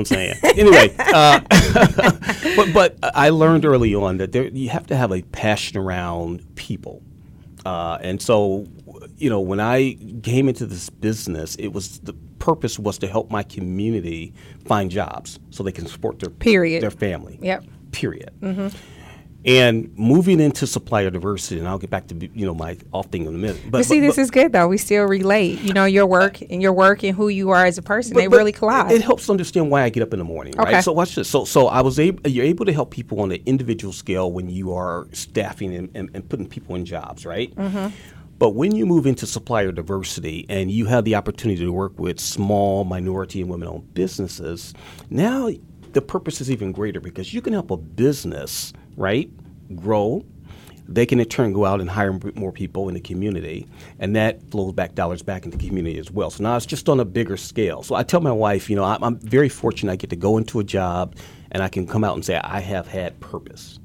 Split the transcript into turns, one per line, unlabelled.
I'm saying. Anyway, uh, but, but I learned early on that there, you have to have a passion around people. Uh, and so, you know, when I came into this business, it was the purpose was to help my community find jobs so they can support their
Period.
their family.
Yep. Mm-hmm.
Period. And moving into supplier diversity, and I'll get back to you know my off thing in a minute.
But see, this is good though. We still relate. You know, your work and your work and who you are as a person, they
But- but
really collide.
It helps understand why I get up in the morning,
Okay.
right? So watch this. So so I was able. You're able to help people on an individual scale when you are staffing and, and, and putting people in jobs, right?
Mm-hmm.
But when you move into supplier diversity and you have the opportunity to work with small minority and women-owned businesses, now the purpose is even greater because you can help a business, right, grow. They can in turn go out and hire m- more people in the community, and that flows back dollars back into the community as well. So now it's just on a bigger scale. So I tell my wife, you know, I'm, I'm very fortunate. I get to go into a job, and I can come out and say I have had purpose.